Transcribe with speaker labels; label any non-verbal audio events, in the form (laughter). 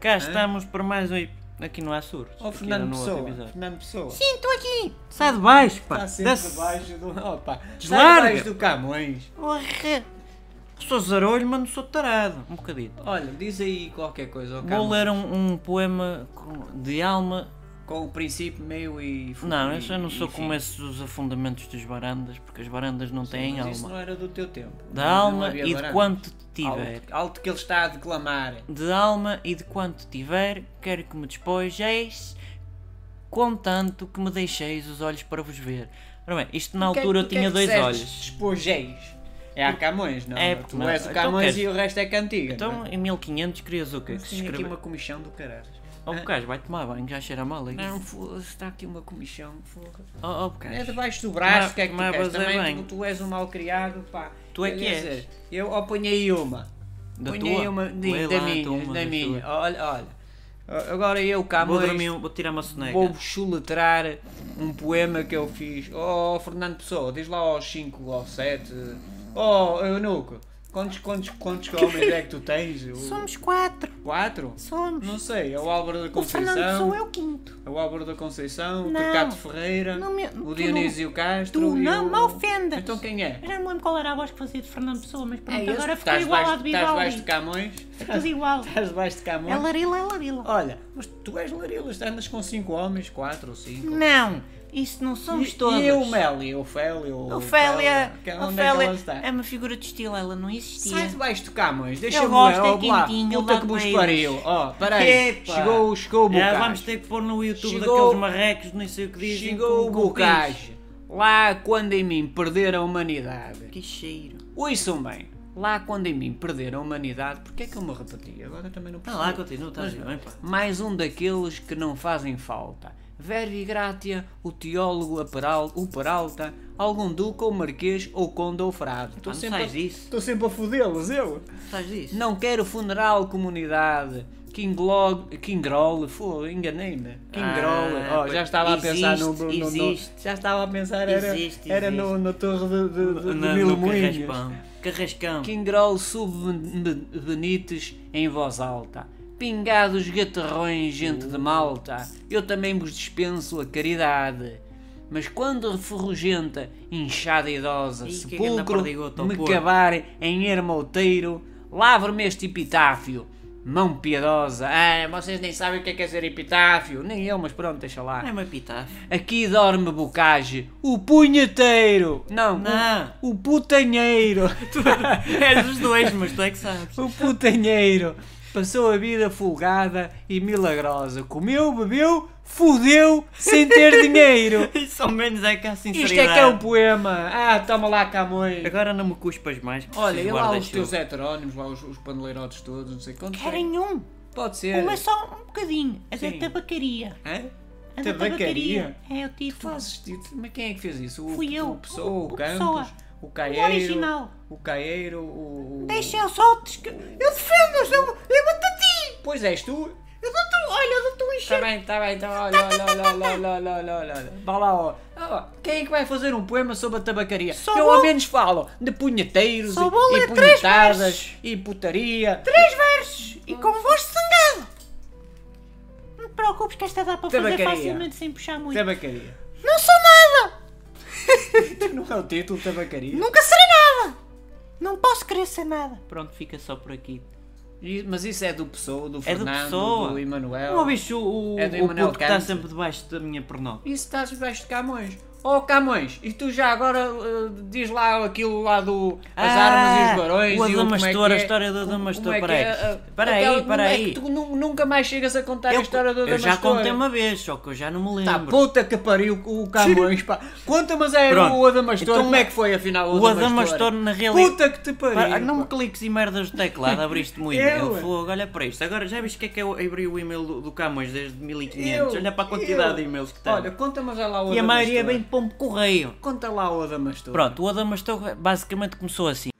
Speaker 1: Cá estamos por mais um. ep- Aqui não há surtos.
Speaker 2: Ó
Speaker 1: Aqui
Speaker 2: Fernando
Speaker 1: no outro
Speaker 2: Pessoa,
Speaker 1: episódio.
Speaker 2: Fernando Pessoa.
Speaker 1: Sim, estou aqui. Sai de baixo, pá.
Speaker 2: Está sempre
Speaker 1: Desce.
Speaker 2: abaixo do. Opa, está
Speaker 1: Deslarga.
Speaker 2: abaixo do Camões.
Speaker 1: Porra. Sou zarolho, mas não sou tarado. Um bocadito.
Speaker 2: Olha, diz aí qualquer coisa ao
Speaker 1: Vou
Speaker 2: Camões.
Speaker 1: ler um, um poema com- de alma.
Speaker 2: Com o princípio, meio e. fu-
Speaker 1: Não, eu
Speaker 2: e-
Speaker 1: já não
Speaker 2: e
Speaker 1: sou
Speaker 2: fim.
Speaker 1: como esses dos afundamentos dos barandas, porque as barandas não têm
Speaker 2: Mas Isso
Speaker 1: alma.
Speaker 2: não era do teu tempo.
Speaker 1: Da
Speaker 2: Não
Speaker 1: alma
Speaker 2: havia
Speaker 1: e de
Speaker 2: barato.
Speaker 1: quanto tiver.
Speaker 2: Alto, alto que ele está a declamar.
Speaker 1: De alma e de quanto tiver, quero que me despojeis, contanto que me deixeis os olhos para vos ver. Ora bem, isto na
Speaker 2: O que é-
Speaker 1: altura
Speaker 2: o
Speaker 1: eu
Speaker 2: que
Speaker 1: tinha
Speaker 2: é que
Speaker 1: dois
Speaker 2: disseste?
Speaker 1: olhos.
Speaker 2: Despojeis. É a Camões, não?
Speaker 1: É,
Speaker 2: tu
Speaker 1: não,
Speaker 2: és o
Speaker 1: então
Speaker 2: Camões
Speaker 1: queres-
Speaker 2: e o resto é cantiga.
Speaker 1: Então, em 1500 querias o quê? Que
Speaker 2: Mas
Speaker 1: se
Speaker 2: tinha aqui
Speaker 1: escreveu?
Speaker 2: uma comissão do caralho.
Speaker 1: Oh, Bocage, vai tomar banho, já cheira mal aí.
Speaker 2: É. Não, foda-se, está aqui uma comissão, foda
Speaker 1: Oh, oh
Speaker 2: É
Speaker 1: Bocage.
Speaker 2: debaixo do braço,
Speaker 1: Mas-
Speaker 2: o que é que tu
Speaker 1: mas
Speaker 2: queres?
Speaker 1: você
Speaker 2: Também
Speaker 1: vem.
Speaker 2: tu, tu és um mal criado, pá.
Speaker 1: Tu é
Speaker 2: Eu
Speaker 1: que
Speaker 2: ia
Speaker 1: és.
Speaker 2: dizer, Eu apanhei uma.
Speaker 1: Da
Speaker 2: apanhei
Speaker 1: tua?
Speaker 2: uma de-
Speaker 1: Lê
Speaker 2: da
Speaker 1: lá a
Speaker 2: minha,
Speaker 1: tua, uma
Speaker 2: da
Speaker 1: das
Speaker 2: minha.
Speaker 1: tuas.
Speaker 2: Olha, olha. Agora eu cá
Speaker 1: Vou dormir, um- vou tirar uma soneca.
Speaker 2: vou chuletrar um poema que eu fiz. Oh, Fernando Pessoa, diz lá aos 5 ou 7. Oh, Eunuco, quantos, quantos,
Speaker 1: (laughs)
Speaker 2: quantos homens é que tu tens? O-
Speaker 1: Somos quatro,
Speaker 2: Quatro?
Speaker 1: somos.
Speaker 2: Não sei, é o Álvaro da
Speaker 1: O Fernando sou
Speaker 2: Conceição,
Speaker 1: eu quinto.
Speaker 2: é o Álvaro da Conceição, o
Speaker 1: Não.
Speaker 2: Torquato Ferreira,
Speaker 1: Não me- tu
Speaker 2: o Dionísio Castro.
Speaker 3: tu
Speaker 2: e
Speaker 3: não
Speaker 2: o...
Speaker 3: me ofendas.
Speaker 2: Então quem é?
Speaker 3: Eu já não me lembro qual era a voz que fazia de Fernando Pessoa, mas pronto,
Speaker 2: É esse?
Speaker 3: agora ficou
Speaker 2: Estás
Speaker 3: igual
Speaker 2: debaixo-
Speaker 3: à de
Speaker 2: Estás debaixo de
Speaker 3: Vivaldi.
Speaker 2: Camões? (laughs)
Speaker 3: É Tudo igual.
Speaker 2: Estás debaixo de Camões?
Speaker 3: É Larila, é Larila.
Speaker 2: Olha, mas tu és Larila, andas com cinco homens, quatro ou cinco.
Speaker 3: Não, isso não somos
Speaker 2: E-
Speaker 3: todos.
Speaker 2: E o Meli, o Félio, o
Speaker 3: Ofélia,
Speaker 2: Félio, que- onde é que
Speaker 3: Ofélia
Speaker 2: ela está?
Speaker 3: é uma figura de estilo, ela não existia.
Speaker 2: Sai debaixo de Camões,
Speaker 3: Eu
Speaker 2: deixa-me
Speaker 3: gosto,
Speaker 2: lá,
Speaker 3: é
Speaker 2: ó, lá,
Speaker 3: quentinho,
Speaker 2: puta
Speaker 3: lá
Speaker 2: que vos
Speaker 3: para
Speaker 2: pariu. Ó, peraí,
Speaker 1: Epa.
Speaker 2: chegou, chegou o
Speaker 3: É,
Speaker 1: Ah,
Speaker 2: Bocage.
Speaker 1: vamos ter que pôr no YouTube
Speaker 2: Chegou-
Speaker 1: daqueles marrecos, nem sei o que dizem.
Speaker 2: Chegou
Speaker 1: com-
Speaker 2: o
Speaker 1: com pins.
Speaker 2: Bocage. Lá quando em mim perder a humanidade.
Speaker 3: Que cheiro.
Speaker 2: Ouçam bem, lá quando em mim perder a humanidade, porque é que eu me repeti? Agora também não
Speaker 1: Ah
Speaker 2: percebo.
Speaker 1: lá, continua, estás bem, pá.
Speaker 2: mais um daqueles que não fazem falta. Verbi Gratia, o teólogo a Peral- o Peralta, algum duque ou marquês ou conde ou frade. Estou
Speaker 1: não
Speaker 2: sempre, a-
Speaker 1: sais disso.
Speaker 2: estou sempre a fodê-los, eu.
Speaker 1: Estás disso?
Speaker 2: Não quero funeral comunidade. Kinglog, Kingrole, fô, enganei-me. Kingrole,
Speaker 1: Ah,
Speaker 2: oh, já
Speaker 1: pois,
Speaker 2: estava a pensar no,
Speaker 1: existe,
Speaker 2: no- no-
Speaker 1: existe.
Speaker 2: Já estava a pensar, era,
Speaker 1: Existe,
Speaker 2: era no,
Speaker 1: existe.
Speaker 2: na torre de, de, de,
Speaker 1: Na-
Speaker 2: de Mil Moinhos.
Speaker 1: Carrascão. Carrascão.
Speaker 2: Kingrol subbenites em voz alta. Pingados gatarrões, gente de malta, eu também vos dispenso a caridade. Mas quando ferrugenta, inchada e idosa,
Speaker 1: Ih, que grande
Speaker 2: sepulcro,
Speaker 1: perdigoto,
Speaker 2: me
Speaker 1: porco.
Speaker 2: cavar em ermouteiro, lavro-me este epitáfio. Mão piedosa, ah, vocês nem sabem o que é que é ser epitáfio, nem eu, mas pronto, deixa lá.
Speaker 1: É uma pitáfio.
Speaker 2: Aqui dorme Bocage, o punheteiro, não,
Speaker 1: Não.
Speaker 2: O, o
Speaker 1: (laughs)
Speaker 2: putanheiro.
Speaker 1: (laughs)
Speaker 2: (laughs)
Speaker 1: És os dois, mas tu é que sabes. (laughs)
Speaker 2: O Um putanheiro passou a vida folgada e milagrosa. Comeu, bebeu, fudeu sem ter
Speaker 3: (laughs)
Speaker 2: dinheiro.
Speaker 1: Isso ao menos é que há sinceridade.
Speaker 2: Isto é que é um poema. Ah, toma lá, Camões.
Speaker 1: Agora não me cuspas mais. preciso
Speaker 2: Olha, e lá os
Speaker 1: guarda-chuva.
Speaker 2: teus heterónimos, lá os, os paneleirotes todos, não sei quantos.
Speaker 3: Querem um?
Speaker 2: Pode ser.
Speaker 3: Um é só um bocadinho. A
Speaker 2: Sim.
Speaker 3: da tabacaria.
Speaker 2: Hã?
Speaker 3: A da
Speaker 2: Tabacaria?
Speaker 3: tabacaria. É o
Speaker 2: Tu
Speaker 3: título.
Speaker 2: Fazes, título? mas quem é que fez isso? O,
Speaker 3: Fui eu.
Speaker 2: O Pessoa, o,
Speaker 3: O- o
Speaker 2: Campos,
Speaker 3: Pessoa.
Speaker 2: o
Speaker 3: O
Speaker 2: Caieiro,
Speaker 3: original.
Speaker 2: o Caieiro, o... o-
Speaker 3: Deixem os outros que... Eu defendo-os, eu, eu bato a ti.
Speaker 2: Pois és tu,
Speaker 3: Eu dou-te, olha, eu dou-te um enxergo.
Speaker 2: Tá bem, tá bem, então olha, olha, olha, olha, olha, olha, olha, olha. Vá lá, ó. Ó, Quem é que vai fazer um poema sobre a tabacaria?
Speaker 3: Só
Speaker 2: Eu
Speaker 3: vou-
Speaker 2: ao menos falo de punheteiros
Speaker 3: Só
Speaker 2: e,
Speaker 3: vou
Speaker 2: e
Speaker 3: ler três
Speaker 2: punhetadas
Speaker 3: versos.
Speaker 2: e putaria.
Speaker 3: Três versos e com voz sangado. Não te preocupes
Speaker 2: é-
Speaker 3: que esta dá para fazer
Speaker 2: Tabacaria.
Speaker 3: facilmente sem puxar muito.
Speaker 2: Tabacaria.
Speaker 3: Não sou nada!
Speaker 2: (laughs) Não é o título, tabacaria.
Speaker 3: Nunca serei nada! Não posso querer ser nada.
Speaker 1: Pronto, fica só por aqui.
Speaker 2: Então, E- Mas isso é do Pessoa, do
Speaker 1: É do
Speaker 2: Fernando,
Speaker 1: Pessoa.
Speaker 2: do Emanuel.
Speaker 1: Não ouviste o, o,
Speaker 2: É do
Speaker 1: o
Speaker 2: Emanuel
Speaker 1: puto que está
Speaker 2: Kant.
Speaker 1: sempre debaixo da minha pernó?
Speaker 2: Isso estás debaixo de Camões. Oh Camões, e tu já agora eh, diz lá aquilo lá do as
Speaker 1: Ah,
Speaker 2: armas e os barões
Speaker 1: o
Speaker 2: e como é que
Speaker 1: Adamastor, a
Speaker 2: é,
Speaker 1: história do
Speaker 2: como-
Speaker 1: Adamastor,
Speaker 2: como é que
Speaker 1: peraí.
Speaker 2: é, eh,
Speaker 1: Peraí,
Speaker 2: aquela- como
Speaker 1: peraí.
Speaker 2: é que tu nu- nunca mais chegas a contar a história do
Speaker 1: eu
Speaker 2: Adamastor.
Speaker 1: já contei uma vez, só que eu já não me
Speaker 2: Tá,
Speaker 1: lembro.
Speaker 2: puta que pariu o Camões, pá. Conta, mas é
Speaker 1: Pronto.
Speaker 2: o Adamastor.
Speaker 1: Então,
Speaker 2: como é que foi afinal o
Speaker 1: o
Speaker 2: Adamastor?
Speaker 1: Adamastor, na realidade-
Speaker 2: Puta que te pariu.
Speaker 1: Pá, não me
Speaker 2: pá.
Speaker 1: cliques e merdas do teclado, abriste
Speaker 2: (laughs)
Speaker 1: muito.
Speaker 2: Eu?
Speaker 1: Eu fogo, olha para isto. Agora já viste o que é que eu abri o e-mail do, do Camões desde 1500?
Speaker 2: Eu,
Speaker 1: olha para a quantidade
Speaker 2: eu.
Speaker 1: de e-mails que tem.
Speaker 2: Olha, conta, mas é lá o
Speaker 1: e a
Speaker 2: Adamastor.
Speaker 1: maioria vem de pombo correio.
Speaker 2: Conta lá o Adamastor.
Speaker 1: Pronto, o Adamastor basicamente começou assim.